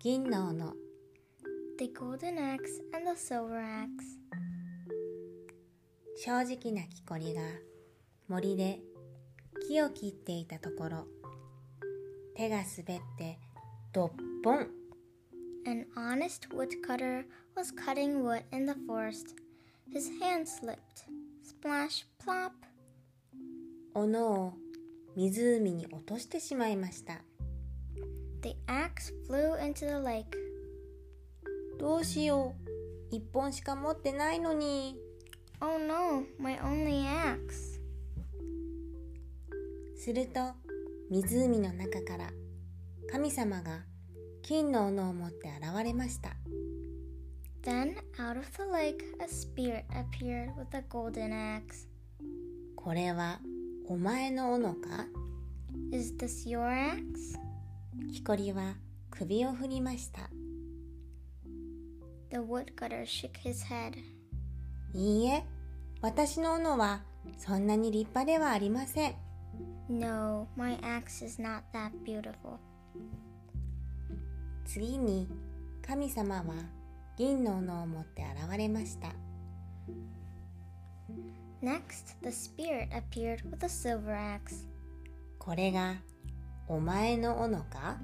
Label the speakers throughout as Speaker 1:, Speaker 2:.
Speaker 1: 銀の斧
Speaker 2: the golden axe and the silver axe,
Speaker 1: 正直な木こりが森で木を切っていたところ手が滑ってどっぽん
Speaker 2: An honest woodcutter was cutting wood in the forest. His hand slipped. Splash, plop.
Speaker 1: 斧を湖に落としてしまいました
Speaker 2: The axe flew into the lake.
Speaker 1: どうしよう一本しか持ってないのに
Speaker 2: Oh no, my only axe.
Speaker 1: すると湖の中から神様が金の斧を持って現れました
Speaker 2: Then, out of the lake, a spirit appeared with a golden axe.
Speaker 1: これはお前の斧か
Speaker 2: Is this your axe?
Speaker 1: 木こりは首を振りました
Speaker 2: The woodcutter shook his head.
Speaker 1: いいえ私の斧はそんなに立派ではありません
Speaker 2: No, my axe is not that beautiful.
Speaker 1: 次に神様は銀の斧を持って現れました
Speaker 2: Next, the spirit appeared with a silver axe.
Speaker 1: これがお前の斧か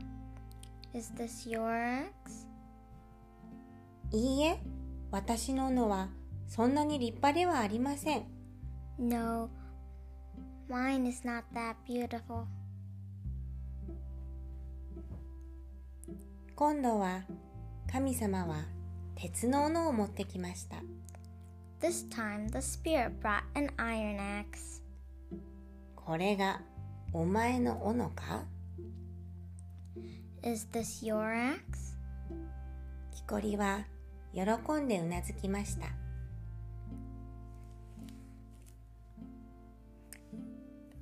Speaker 2: Is this your axe?
Speaker 1: いいえ私の斧はそんなに立派ではありません
Speaker 2: No, mine is not that beautiful.
Speaker 1: 今度は神様は鉄の斧を持ってきました
Speaker 2: This time, the spirit brought an iron axe.
Speaker 1: これがお前の斧か
Speaker 2: Is this your axe?
Speaker 1: 木こりは喜んでうなずきました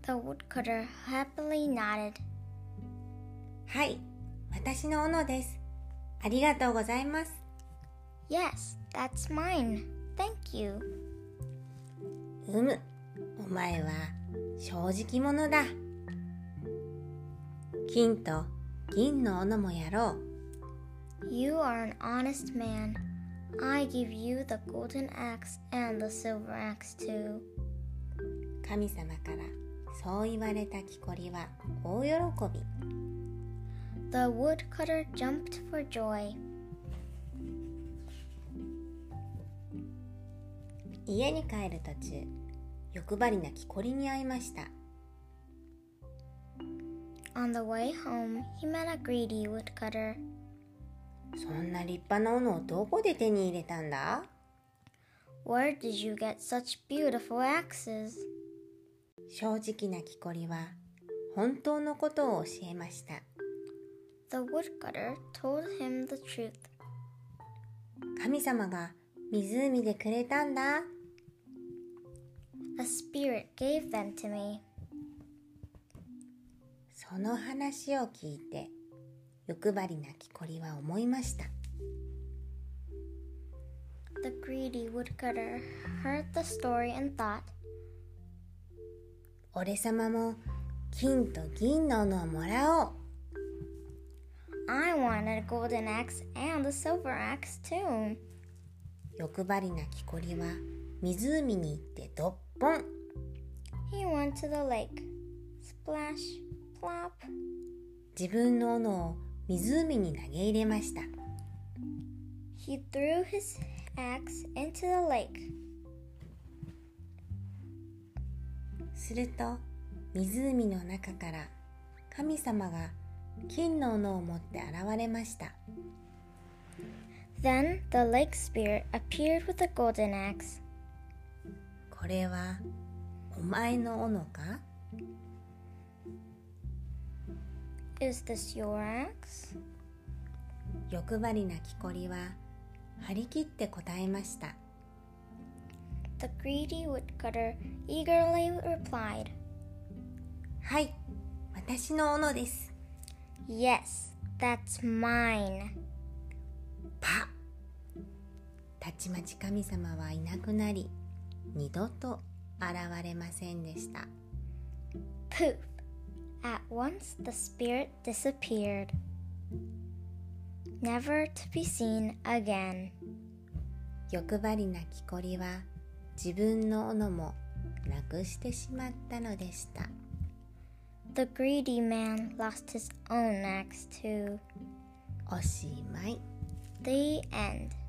Speaker 2: The woodcutter happily nodded.
Speaker 1: はい私の斧ですありがとうございます
Speaker 2: Yes, that's mine. Thank you.
Speaker 1: うむお前は正直者だ金と銀の斧もやろう
Speaker 2: You are an honest man. I give you the golden axe and the silver axe too.
Speaker 1: 神様からそう言われた木こりは大喜び
Speaker 2: The woodcutter jumped for joy.
Speaker 1: 家に帰る途中欲張りな木こりに会いました
Speaker 2: On the way home, he met a greedy woodcutter.
Speaker 1: そんな立派な斧をどこで手に入れたんだ
Speaker 2: Where did you get such beautiful axes?
Speaker 1: 正直な木こりは本当のことを教えました
Speaker 2: The woodcutter told him the truth.
Speaker 1: 神様が湖でくれたんだ
Speaker 2: A spirit gave them to me.
Speaker 1: その話を聞いて欲張りな木こりは思いました
Speaker 2: The greedy woodcutter heard the story and thought,
Speaker 1: 俺様も金と銀の斧をもらおう
Speaker 2: I wanted a golden axe and a silver axe too.
Speaker 1: 欲張りな木こりは湖に行ってどっぽん
Speaker 2: He went to the lake. Splash, plop.
Speaker 1: 自分の斧を湖に投げ入れました
Speaker 2: He threw his axe into the lake.
Speaker 1: すると湖の中から神様が金の斧を持って現れました
Speaker 2: Then the lake spirit appeared with a golden axe.
Speaker 1: これはお前の斧か
Speaker 2: Is this your axe?
Speaker 1: 欲張りな木こりは張り切って答えました
Speaker 2: The greedy woodcutter eagerly replied,
Speaker 1: はい私の斧です
Speaker 2: Yes, that's mine.
Speaker 1: パッたちまち神様はいなくなり二度と現れませんでした
Speaker 2: Poof! At once the spirit disappeared. never to be seen again.
Speaker 1: 欲張りな木こりは自分の斧もなくしてしまったのでした
Speaker 2: The greedy man lost his own axe too.
Speaker 1: おしまい
Speaker 2: The end.